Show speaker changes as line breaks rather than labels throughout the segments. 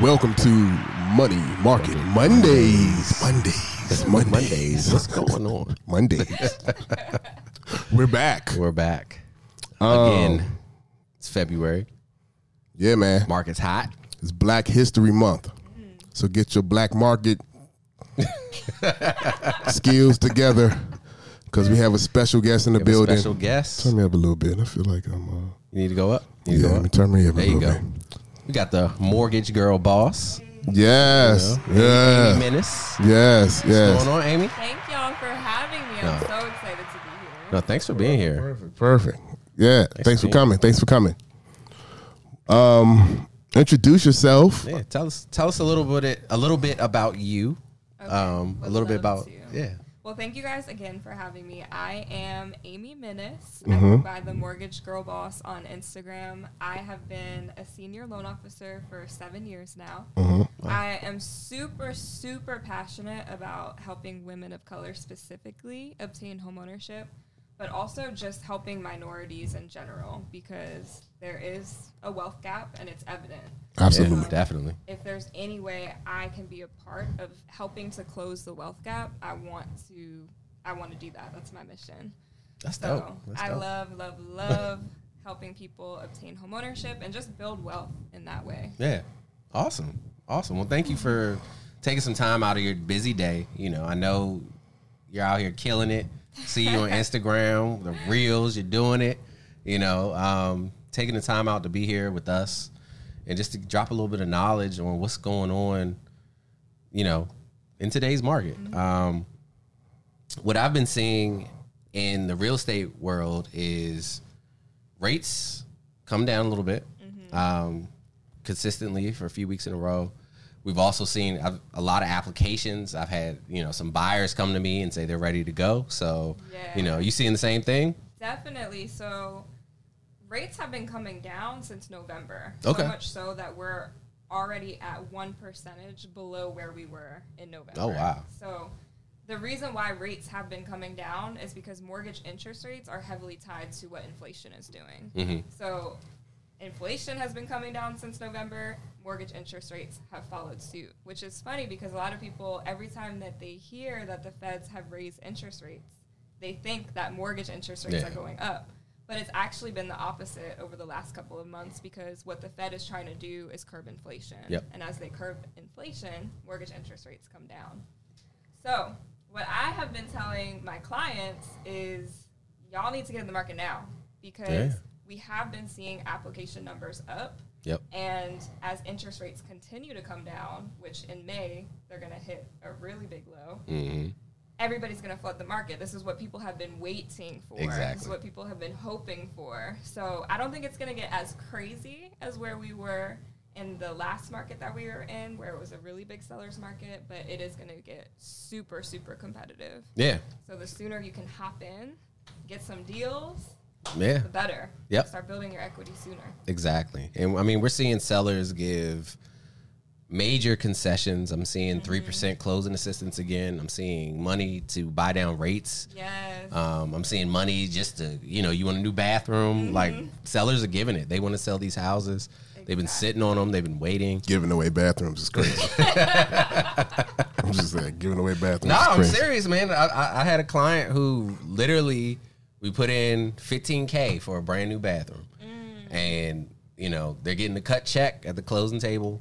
Welcome to Money Market Mondays. Mondays. Mondays.
Mondays. What's going on?
Mondays. We're back.
We're back
Oh.
again. It's February.
Yeah, man.
Market's hot.
It's Black History Month. So get your black market skills together because we have a special guest in the
We have a
building.
Special guest.
Turn me up a little bit. I feel like I'm. Uh,
You need to go up. You need
yeah,
to go
let
up.
me turn me up a
There
little
you go.
bit.
We got the mortgage girl boss.
Yes.
Amy
Yeah.
Menace.
Yes.
What's
Yes.
going on, Amy?
Thank y'all for having me. I'm so excited to be here.
No, thanks for being here.
Perfect. Perfect. Yeah. Thanks for
man.
coming. Thanks for coming. Um, introduce yourself.
Yeah, tell us tell us a little bit a little bit about you. Um, a
Would
little bit
love
about
to.
yeah.
Well, thank you guys again for having me. I am Amy Minnis. I go by the Mortgage Girl Boss on Instagram. I have been a senior loan officer for seven years now. I am super, super passionate about helping women of color specifically obtain homeownership, but also just helping minorities in general because there is a wealth gap and it's evident.
Absolutely.
Yeah, definitely.
if there's any way I can be a part of helping to close the wealth gap, I want to I want to do that. That's my mission.
That's
So
dope. That's
I
dope.
love, love, love helping people obtain homeownership and just build wealth in that way.
Yeah. Awesome. Awesome. Well, thank you for taking some time out of your busy day. You know, I know you're out here killing it. See you on Instagram, the reels, you're doing it. You know, um, taking the time out to be here with us and just to drop a little bit of knowledge on what's going on, you know, in today's market. Um, what I've been seeing in the real estate world is rates come down a little bit um, consistently for a few weeks in a row. We've also seen I've, a lot of applications. I've had you know some buyers come to me and say they're ready to go. So
Yeah.
you know you seeing the same thing.
Definitely. So rates have been coming down since November.
Okay.
So much so that we're already at one percentage below where we were in November.
Oh, wow.
So the reason why rates have been coming down is because mortgage interest rates are heavily tied to what inflation is doing.
Mm-hmm.
So inflation has been coming down since November. Mortgage interest rates have followed suit, which is funny because a lot of people, every time that they hear that the feds have raised interest rates, they think that mortgage interest rates
Yeah.
are going up. But it's actually been the opposite over the last couple of months because what the Fed is trying to do is curb inflation.
Yep.
And as they curb inflation, mortgage interest rates come down. So, what I have been telling my clients is y'all need to get in the market now because
Yeah.
we have been seeing application numbers up.
Yep.
And as interest rates continue to come down, which in May they're going to hit a really big low,
Mm-hmm.
everybody's going to flood the market. This is what people have been waiting for. This
Exactly.
is what people have been hoping for. So I don't think it's going to get as crazy as where we were in the last market that we were in, where it was a really big seller's market, but it is going to get super, super competitive.
Yeah.
So the sooner you can hop in, get some deals,
Yeah.
the better.
Yep.
Start building your equity sooner.
Exactly. And I mean, we're seeing sellers give major concessions. I'm seeing 3% closing assistance again. I'm seeing money to buy down rates.
Yes.
Uh.
Um, I'm seeing money just to, you know, you want a new bathroom. Like, sellers are giving it. They want to sell these houses. They've been sitting on them, they've been waiting.
Giving away bathrooms is crazy. I'm just saying, giving away bathrooms.
No,
is
I'm
crazy.
serious, man. I, I, I had a client who literally we put in 15k for a brand new bathroom,
Mm.
and you know they're getting the cut check at the closing table,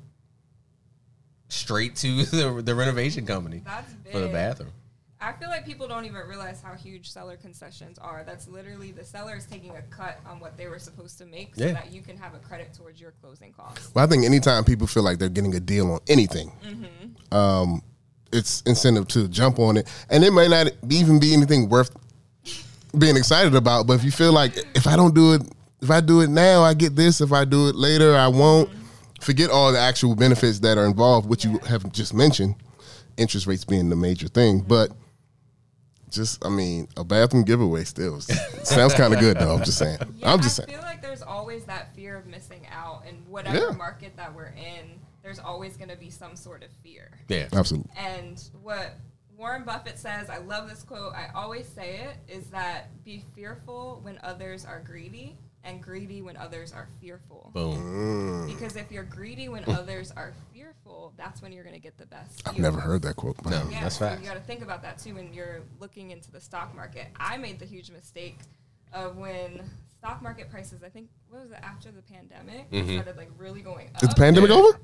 straight to the, the renovation company
That's
for the
big.
bathroom.
I feel like people don't even realize how huge seller concessions are. That's literally the seller is taking a cut on what they were supposed to make so
Yeah.
that you can have a credit towards your closing costs.
Well, I think anytime people feel like they're getting a deal on anything, um, it's incentive to jump on it, and it may not even be anything worth being excited about. But if you feel like if I don't do it, if I do it now, I get this. If I do it later, I won't. Forget all the actual benefits that are involved, which you have just mentioned, interest rates being the major thing. But just, I mean, a bathroom giveaway still sounds kind of good, though. I'm just saying.
Yeah,
I'm just
I
saying.
feel like there's always that fear of missing out in whatever
Yeah.
market that we're in. There's always going to be some sort of fear.
Yeah,
Absolutely.
And what Warren Buffett says, I love this quote, I always say it, is that be fearful when others are greedy, and greedy when others are fearful.
Boom.
Because if you're greedy when others are fearful, that's when you're going to get the best.
Hmm. I've
deal.
never heard that quote.
No.
Yeah,
That's
so
facts.
you got to think about that too when you're looking into the stock market. I made the huge mistake of when stock market prices, I think, what was it after the pandemic, started like really going up.
Is Mm-hmm. the pandemic over?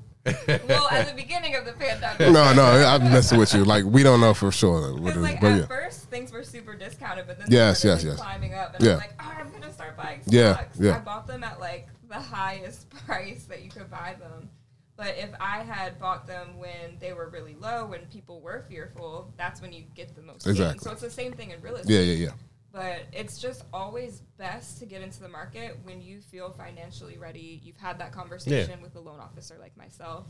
well, at the beginning of the pandemic.
No, no, I'm messing with you. Like we don't know for sure what it
Because
is,
like
but
at
yeah.
first things were super discounted, but then
Yes,
they started,
yes,
like,
yes.
climbing up, and
Yeah.
I'm like, oh, I'm gonna start buying stocks.
Yeah, yeah.
I bought them at like the highest price that you could buy them. But if I had bought them when they were really low, when people were fearful, that's when you get the most. gain.
Exactly.
So it's the same thing in real estate.
Yeah, yeah, yeah.
But it's just always best to get into the market when you feel financially ready. You've had that conversation with a loan officer like myself.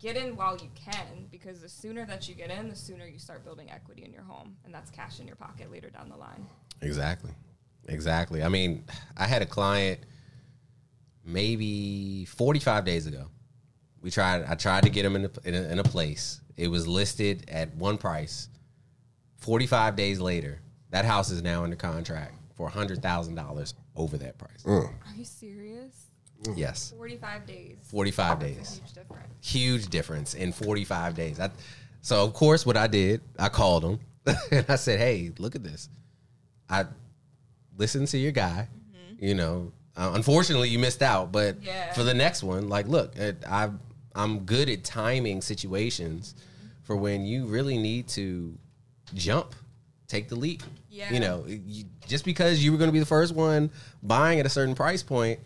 Get in while you can because the sooner that you get in, the sooner you start building equity in your home. And that's cash in your pocket later down the line.
Exactly. Exactly. I mean, I had a client maybe 45 days ago. We tried. I tried to get him in a, in a, in a place. It was listed at one price. 45 days later, that house is now under contract for $100,000 over that price.
Are you serious?
Yes.
45 days.
45
That's a
days.
huge difference.
Huge difference in 45 days. I, so, of course, what I did, I called him and I said, hey, look at this. I listened to your guy. You know, uh, unfortunately, you missed out, but
Yeah.
for the next one, like, look, it, I, I'm good at timing situations for when you really need to jump, take the leap.
Yeah.
You know, you, just because you were going to be the first one buying at a certain price point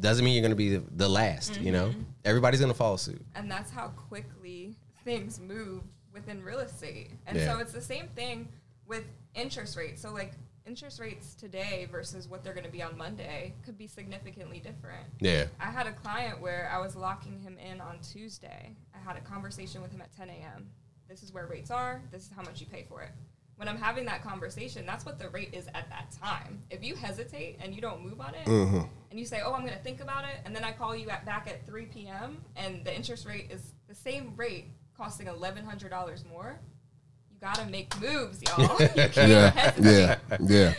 doesn't mean you're going to be the, the last, you know?
Mm-hmm.
Everybody's going to follow suit.
and that's how quickly things move within real estate. And
Yeah.
so it's the same thing with interest rates. So like interest rates today versus what they're going to be on Monday could be significantly different.
Yeah.
I had a client where I was locking him in on Tuesday. I had a conversation with him at 10 a.m. This is where rates are. This is how much you pay for it. When I'm having that conversation, that's what the rate is at that time. If you hesitate and you don't move on it,
Mm-hmm.
and you say, "Oh, I'm going to think about it," and then I call you at, back at 3 p.m. and the interest rate is the same rate, costing $1,100 more, you gotta make moves, y'all. You can't
Yeah,
hesitate.
yeah, yeah.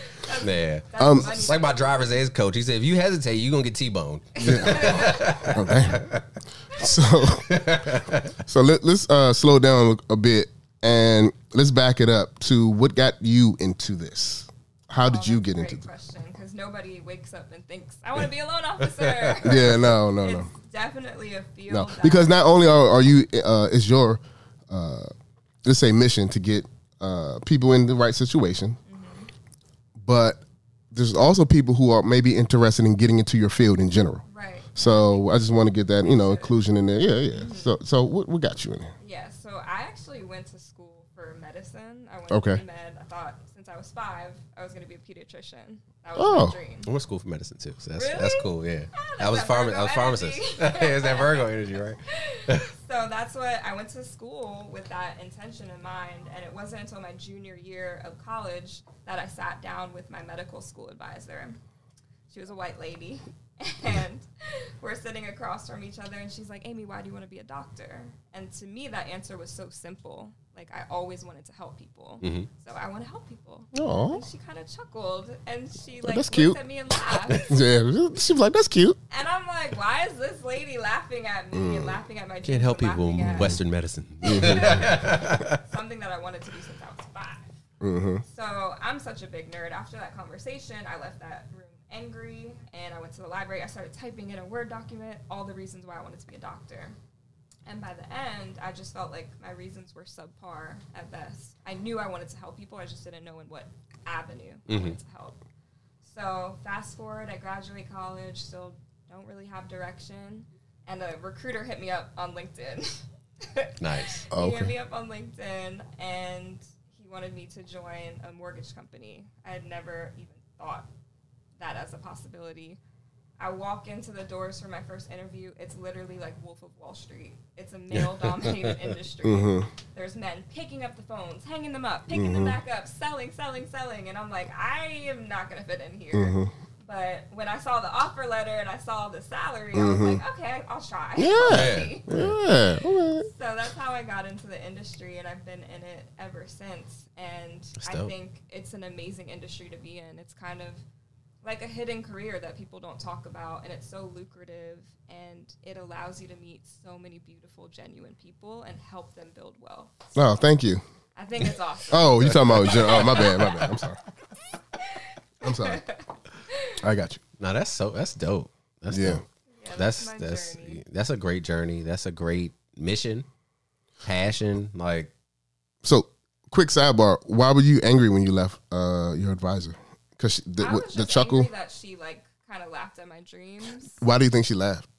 Yeah.
That's
Um,
money.
It's like my driver's ed coach. He said, if you hesitate, you're going to get T-boned.
Oh, damn. So, so let, let's uh, slow down a bit and let's back it up to what got you into this. How did
Oh,
you
that's
get
a
into
great
this?
question because nobody wakes up and thinks i want to be a loan officer
Yeah, no, no, no,
it's definitely a field
no.
that-
Because not only are, are you, uh, it's your, uh, let's say, mission to get uh, people in the right situation, but there's also people who are maybe interested in getting into your field in general.
right
So I just want to get that, you know, inclusion in there. Yeah, yeah. So, so what, what got you in here?
yeah so i actually went to school for medicine i went
Okay.
to med i thought since i was five i was going to be a pediatrician that was
Oh.
my dream
I went to school for medicine too, so that's
Really?
that's cool. Yeah,
that's
I was
that
pharma-
Virgo
I was pharmacist.
energy.
it's that Virgo energy, right?
so that's what I went to school with that intention in mind. And it wasn't until my junior year of college that I sat down with my medical school advisor. She was a white lady. And we're sitting across from each other, and she's like, Amy, why do you want to be a doctor? And to me, that answer was so simple. Like, I always wanted to help people. So I want to help people.
Aw.
And she kind of chuckled, and she, like,
that's
looked
cute.
at me and laughed.
Yeah, she was like, "That's cute."
And I'm like, why is this lady laughing at me and laughing at my
Can't
dreams
help
and
people
laughing
with
at
Western medicine.
Something that I wanted to do since I was 5 Mm-hmm. So I'm such a big nerd. After that conversation, I left that room angry and I went to the library. I started typing in a Word document all the reasons why I wanted to be a doctor. And by the end, I just felt like my reasons were subpar at best. I knew I wanted to help people, I just didn't know in what avenue I wanted to help. So fast forward, I graduate college, still don't really have direction, and a recruiter hit me up on LinkedIn.
nice.
Oh,
He
okay.
hit me up on LinkedIn, and he wanted me to join a mortgage company. I had never even thought that as a possibility. I walk into the doors for my first interview. It's literally like Wolf of Wall Street. It's a male-dominated industry.
Mm-hmm.
There's men picking up the phones, hanging them up, picking them back up, selling, selling, selling, and I'm like, I am not gonna fit in here.
Mm-hmm.
But when I saw the offer letter and I saw the salary, I was like, okay, I'll try. I'll
Mm-hmm. Yeah.
see.
Yeah, all right.
So that's how I got into the industry, and I've been in it ever since. And I
dope.
think it's an amazing industry to be in. It's kind of like a hidden career that people don't talk about and it's so lucrative and it allows you to meet so many beautiful genuine people and help them build wealth
Oh, thank you.
i think it's awesome
Oh, you talking about? Oh, my bad, my bad. I'm sorry. I'm sorry. I got you.
No, that's so that's dope. That's
Yeah.
dope.
Yeah,
that's
my
that's
journey.
that's a great journey. That's a great mission, passion. Like
So, quick sidebar: Why were you angry when you left uh, your advisor? Because the,
I was
the
just
chuckle.
angry that she like kind of laughed at my dreams
Why do you think she laughed?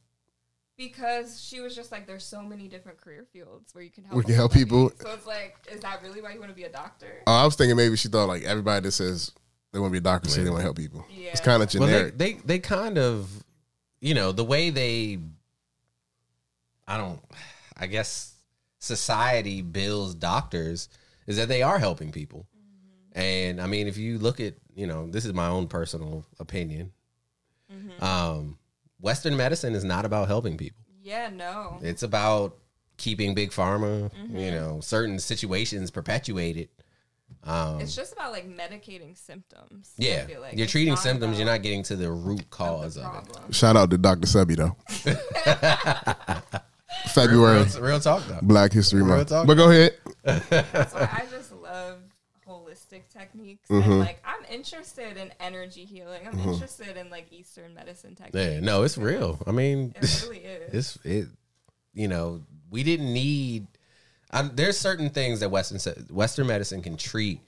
because she was just like there's so many different career fields where you can help
We can help
somebody."
people.
so it's like is that really why you want to be a doctor
Oh, I was thinking maybe she thought like everybody that says they want to be a doctor say they want to help people.
Yeah.
It's kind of
well, they,
generic.
they they kind of you know the way they. I don't. I guess society bills doctors is that they are helping people,
Mm-hmm.
and I mean if you look at you know this is my own personal opinion.
Mm-hmm.
Um, Western medicine is not about helping people.
yeah no
It's about keeping big pharma,
Mm-hmm.
you know, certain situations perpetuated. Um,
it's just about like medicating symptoms I
yeah,
feel like.
you're
It's
treating
not
symptoms. You're
about
not getting to the root
the
cause of, it.
problem.
Shout out to Dr. Sebi though. February
Real, real talk though.
Black History
Real
Month.
talk.
But go ahead.
That's why I just love holistic techniques. And
Mm-hmm.
like I'm interested in energy healing. I'm interested in like Eastern medicine techniques.
Yeah, no, it's real. I mean,
It really is.
it's it. You know, we didn't need. Um, there's certain things that Western se- Western medicine can treat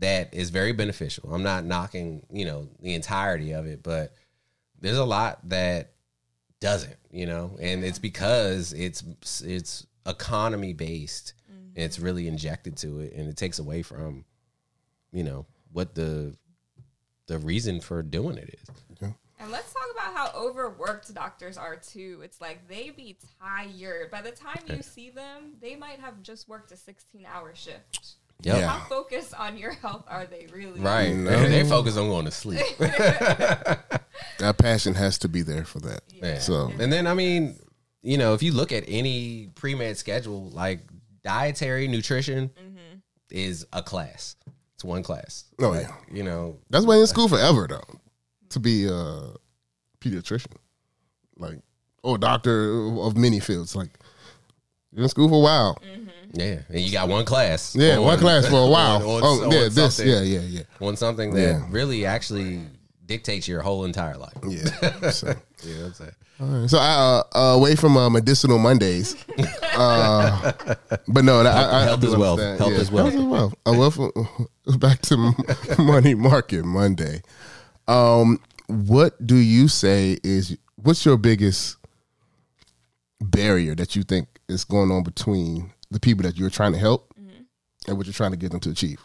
that is very beneficial. I'm not knocking, you know, the entirety of it, but there's a lot that doesn't, you know, and it's because it's it's economy based. It's really injected to it, and it takes away from, you know, what the the reason for doing it is.
and let's talk about how overworked doctors are too. It's like they be tired. By the time you see them, they might have just worked a 16 hour shift.
Yep.
Yeah.
How focused on your health are they really?
Right.
No.
They, they focus on going to sleep.
That passion has to be there for that.
Yeah.
So
and then I mean, you know, if you look at any pre med schedule, like dietary nutrition is a class. It's one class.
oh yeah.
You know,
That's why in school forever though. To be a pediatrician. Like or doctor of many fields. Like you're in school for a while.
yeah. And you got one class.
Yeah,
on-
one class for a while.
on- on-
oh,
on
yeah, this,
something-
yeah, yeah, yeah.
On something that
Yeah.
really actually dictates your whole entire life.
Yeah. So,
You know what I'm saying?
all right. so I, uh, uh, away from uh, medicinal Mondays, uh, but no, that, I, I,
Health
I do
is wealth.
understand.
Health is wealth.
Health is wealth. Uh, well, from- back to money market Monday. Um, what do you say is what's your biggest barrier that you think is going on between the people that you're trying to help and what you're trying to get them to achieve?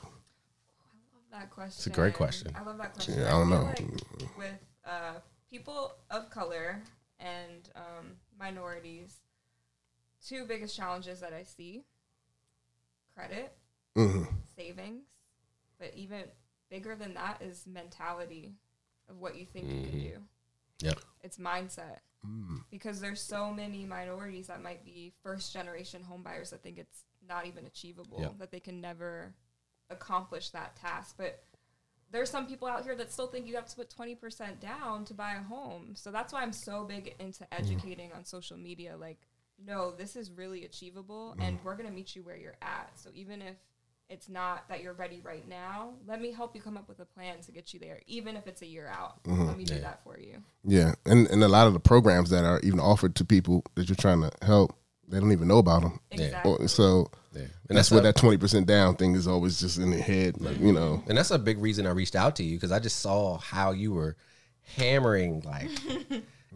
That question. It's
a great question.
I love that question.
Yeah, I don't
feel
know.
Like with uh, people of color and um, minorities, two biggest challenges that I see: credit,
hmm
savings, but even bigger than that is mentality of what you think you
Mm-hmm.
can do.
Yep.
It's mindset.
Mm.
Because there's so many minorities that might be first generation homebuyers that think it's not even achievable,
Yep.
that they can never accomplish that task. But there's some people out here that still think you have to put 20% down to buy a home. So that's why I'm so big into educating on social media. Like, no, this is really achievable and we're going to meet you where you're at. So even if it's not that you're ready right now, let me help you come up with a plan to get you there, even if it's a year out. Let me do that for you.
Yeah, and and a lot of the programs that are even offered to people that you're trying to help, they don't even know about them.
Exactly.
Or- So
Yeah. And
that's,
that's
where
a-
that twenty percent down thing is always just in the head, like you know.
And that's a big reason I reached out to you because I just saw how you were hammering, like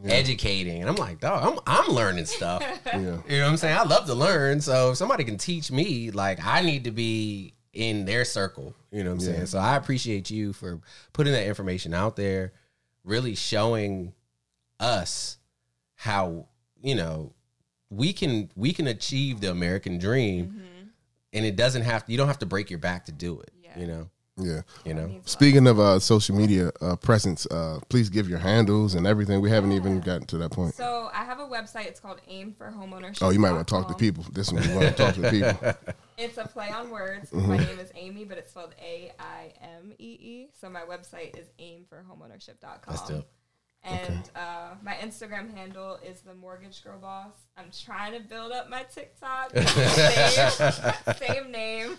educating. And I'm like, dog, I'm, I'm learning stuff.
Yeah,
You know what I'm saying? I love to learn. So if somebody can teach me, like, I need to be in their circle. You know what I'm saying? So I appreciate you for putting that information out there, really showing us how, you know, we can we can achieve the American dream
Mm-hmm.
and it doesn't have you don't have to break your back to do it.
Yeah.
You know?
yeah.
You know?
Speaking of uh, social media uh, presence, uh, please give your handles and everything. We haven't even gotten to that point.
So I have a website. It's called Aim for Homeownership.
Oh, you might want to talk to people. This one, you want to talk to the people.
It's a play on words.
Mm-hmm.
My name is Amy, but it's spelled A I M E E. So my website is aimforhomeownership.com.
That's dope.
And uh, my Instagram handle is the Mortgage Girl Boss. I'm trying to build up my TikTok. same, same name.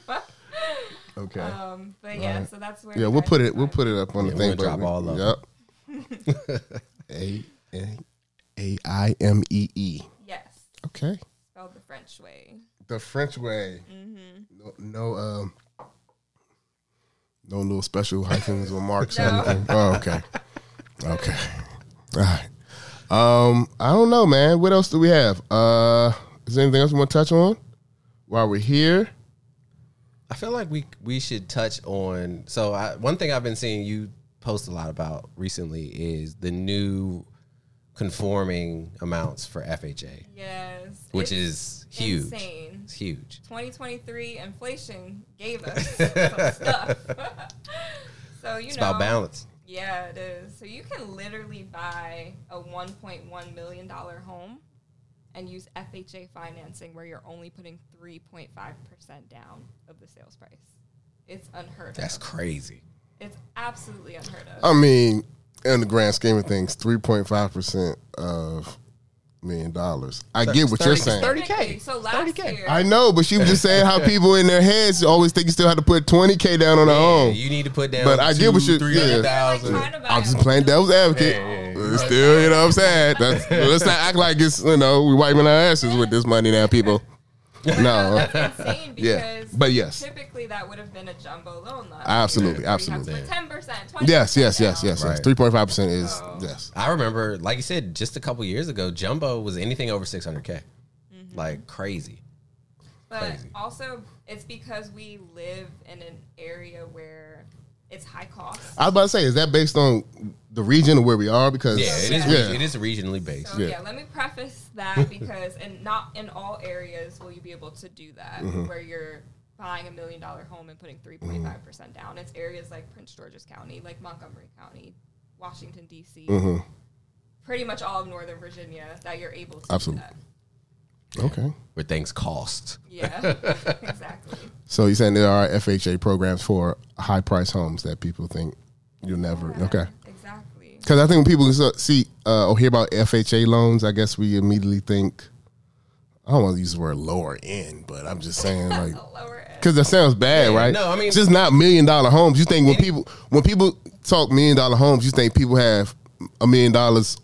Okay.
um, but yeah, so that's where.
yeah,
you
we'll
guys
put
can
it. We'll
find
put it up on
Yeah,
the
we're
thing.
gonna drop all of
yep. A A A I M E E.
Yes,
Okay.
spelled the French way.
The French way. No, no, um, no little special hyphens or marks or
No.
anything. Oh, okay, okay, all right. Um, I don't know, man. What else do we have? Uh, is there anything else we want to touch on while we're here?
I feel like we we should touch on. So I, one thing I've been seeing you post a lot about recently is the new conforming amounts for FHA,
Yes,
which
it's
is huge.
Insane.
It's huge.
2023 inflation gave us some stuff. so you
It's
know,
about balance.
yeah, it is. So you can literally buy a 1.1 million dollar home and use FHA financing, where you're only putting 3.5 percent down of the sales price. It's unheard
That's
of.
crazy.
It's absolutely unheard of.
I mean, in the grand scheme of things, three point five percent of million dollars. I get what you're
Thirty-
saying.
30K.
So last
30K.
year,
I know, but she was just saying how people in their heads always think you still have to put twenty k down on their
Yeah,
own.
you need to put down.
But I get what you-
three
yeah.
hundred
like,
thousand.
trying to buy
I'm
a
just playing devil's advocate.
Yeah, yeah,
But Still, you know what I'm saying? That's, let's not act like it's, you know, we wiping our asses with this money now, people. No.
That's insane because
Yeah. But yes.
typically that would have been a jumbo loan last
Absolutely, absolutely.
Ten percent,
Yes, yes, yes, yes, yes.
Right.
3.5% is, yes.
I remember, like you said, just a couple years ago, Jumbo was anything over six hundred K,
Mm-hmm.
like crazy.
But
Crazy.
also, it's because we live in an area where it's high cost.
I was about to say, is that based on the region of where we are? Because,
Yeah, it is.
Yeah.
It is regionally based.
So
Yeah.
yeah. let me preface that because and not in all areas will you be able to do that
Mm-hmm.
where you're buying a million dollar home and putting 3.5 percent down. It's areas like Prince George's County, like Montgomery County, Washington D.C.,
Mm-hmm.
pretty much all of Northern Virginia that you're able to
Absolutely.
do that.
Okay.
Where things cost.
Yeah, exactly.
So you're saying there are FHA programs for high price homes that people think you'll never, okay.
Exactly.
Because I think when people s- see uh, or hear about FHA loans, I guess we immediately think, I don't want to use the word lower end, but I'm just saying, like,
The lower end.
Because that sounds bad,
Yeah,
right?
no, I mean-
just not million dollar homes. You think when people when people talk million dollar homes, you think people have a million dollars.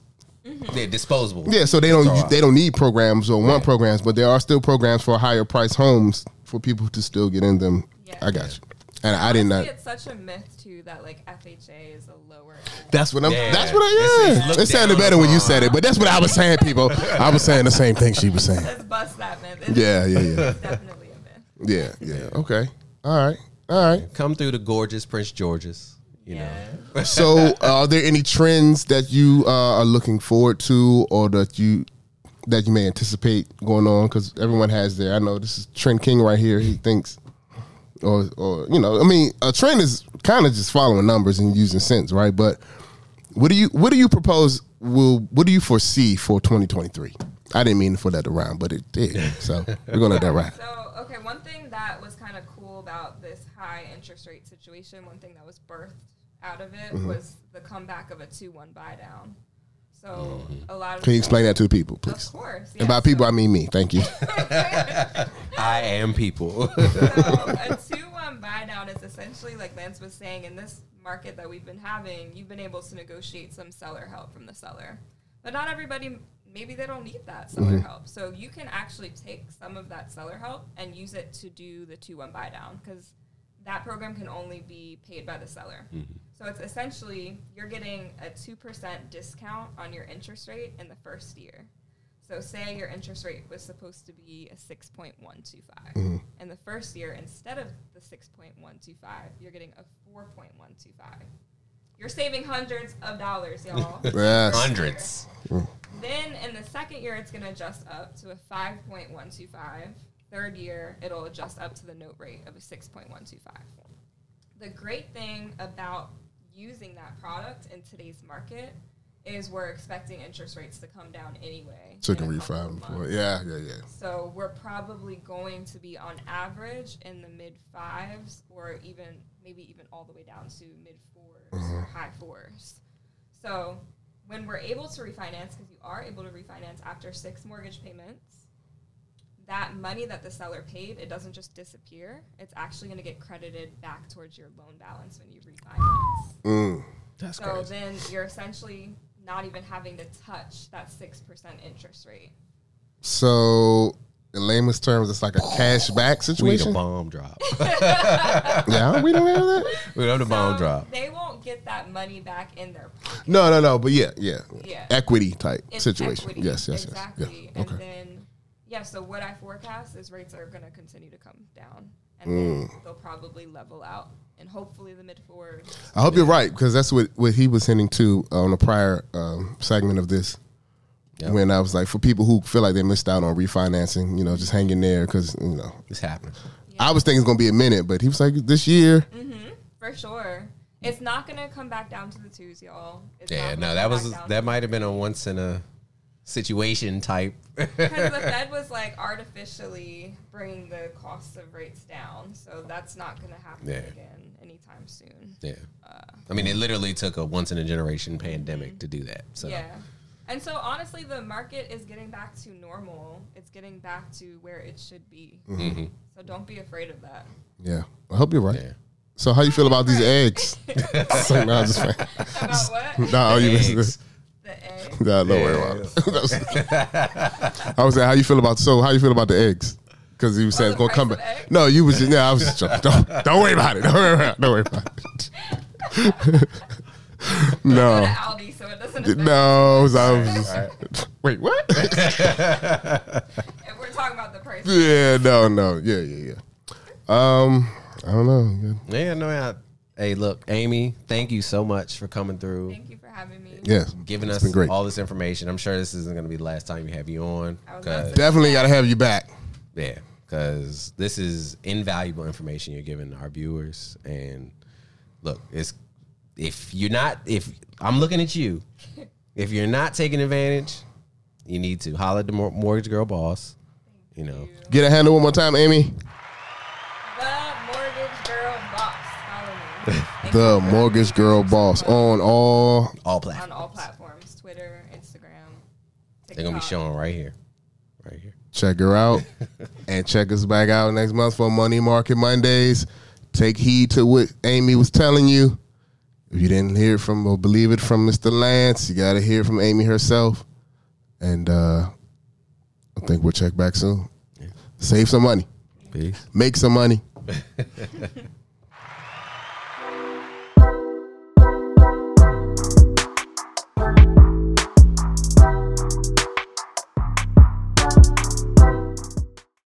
They're disposable.
Yeah, so they don't
Throw out.
they don't need programs or want programs, but there are still programs for higher price homes for people to still get in them.
Yeah.
I got you, and I did
I
not.
think it's such a myth too that like FHA is a lower end.
That's what I'm.
Yeah.
That's what
It's-
I.
it's
Yeah.
looked
It sounded
down
better when you
upon.
said it, but that's what I was saying, people. I was saying the same thing she was saying.
Let's bust that myth. It's
Yeah, yeah, yeah,
definitely a myth.
yeah, yeah. Okay, all right, all right.
Come through the gorgeous Prince George's. You know.
yeah.
So, uh, are there any trends that you uh, are looking forward to, or that you that you may anticipate going on? Because everyone has their. I know this is Trend King right here. He thinks, or or you know, I mean, a trend is kind of just following numbers and using cents, right? But what do you what do you propose? Will what do you foresee for twenty twenty three? I didn't mean for that to rhyme, but it did. So we're gonna let that ride.
So, okay, one thing that was kind of cool about this high interest rate situation, one thing that was birthed out of
Mm-hmm.
it was the comeback of a 2 1 buy down. So, a lot of.
Can you explain that to the people,
Of
please?
course. yeah,
And by
so-
people, I mean me. Thank you.
I am people.
so a two-one buy down is essentially like Lance was saying in this market that we've been having, you've been able to negotiate some seller help from the seller, but not everybody. Maybe they don't need that seller
Mm-hmm.
help, so you can actually take some of that seller help and use it to do the two-one buy down because that program can only be paid by the seller. So it's essentially you're getting a two percent discount on your interest rate in the first year. So say your interest rate was supposed to be a 6.125. And the first year, instead of the 6.125, you're getting a 4.125. You're saving hundreds of dollars, y'all.
Yes.
Hundreds.
Then in the second year, it's going to adjust up to a 5.125. Third year, it'll adjust up to the note rate of a 6.125. The great thing about using that product in today's market is we're expecting interest rates to come down anyway.
So you can
in a couple
refi
of
them for
months.
it. Yeah, yeah, yeah.
So we're probably going to be on average in the mid fives or even maybe even all the way down to mid 4s or high fours. So when we're able to refinance, because you are able to refinance after six mortgage payments, that money that the seller paid, it doesn't just disappear. It's actually going to get credited back towards your loan balance when you refinance.
Mm.
That's
So then you're essentially not even having to touch that 6% interest rate.
So, in layman's terms, it's like a cash back
We the
situation.
bomb drop.
yeah, we don't have that.
we the bomb
So
drop.
They won't get that money back in their pocket.
No, no, no. But yeah, yeah,
Yeah.
equity type
It's
situation.
equity.
Yes, yes, yes.
exactly.
Yeah. Okay.
And then, yeah. So what I forecast is rates are going to continue to come down, and
Mm.
then they'll probably level out, and hopefully the mid fours.
I hope you're right because that's what what he was hinting to uh, on a prior um, segment of this.
Yep.
When I was like, for people who feel like they missed out on refinancing, you know, just hang in there because you know,
It's happening.
I was thinking it's gonna be a minute, but he was like, this year,
Mm-hmm. for sure. It's not going to come back down to the twos, y'all. It's
Yeah,
not
no,
gonna
that
come
was
back down
that
to-
might have been a once in a situation type.
because the Fed was like artificially bringing the cost of rates down, so that's not going to happen
Yeah.
again anytime soon.
yeah. I mean, it literally took a once in a generation pandemic to do that. So
Yeah. And so honestly, the market is getting back to normal. It's getting back to where it should be.
Mm-hmm.
So don't be afraid of that.
yeah. I hope you're right.
yeah.
So how you feel about these eggs? so, no, I'm just playing.
About what?
Nah, oh, you
Eggs.
The egg.
Nah, don't worry about it. That was- I was saying, how you feel about so? How you feel about the eggs? Because you said
Oh, the
it's gonna
price
come
of
back.
eggs?
No, you was just, yeah. I was just joking. Don't, don't worry about it. Don't worry about it. Don't worry about it.
Go to
no,
Aldi, so it doesn't. Affect
no. so I was just, wait, what?
If we're talking about the price.
yeah, no, no. Yeah, yeah, yeah. Um, I don't know.
Yeah, no. I, hey, look, Amy, thank you so much for coming through,
Thank you for having me.
Yeah,
giving
It's
us
been great.
all this information. I'm sure this isn't going to be the last time you have you on.
I was
'cause-
about to-
definitely got to have you back.
yeah, because this is invaluable information you're giving our viewers. And look, it's if you're not if I'm looking at you, if you're not taking advantage, you need to holler at the mor- mortgage girl boss. You know,
Get a handle one more time, Amy.
The mortgage girl box. Follow me. Thank you
The
for
mortgage girl boss on all.
all
on
platforms.
all platforms: Twitter, Instagram. TikTok.
They're gonna be showing right here, right here.
Check her out and check us back out next month for Money Market Mondays. Take heed to what Amy was telling you. If you didn't hear it from or believe it from Mr. Lance, you got to hear it from Amy herself. And uh, I think we'll check back soon. Save some money,
Peace.
make some money.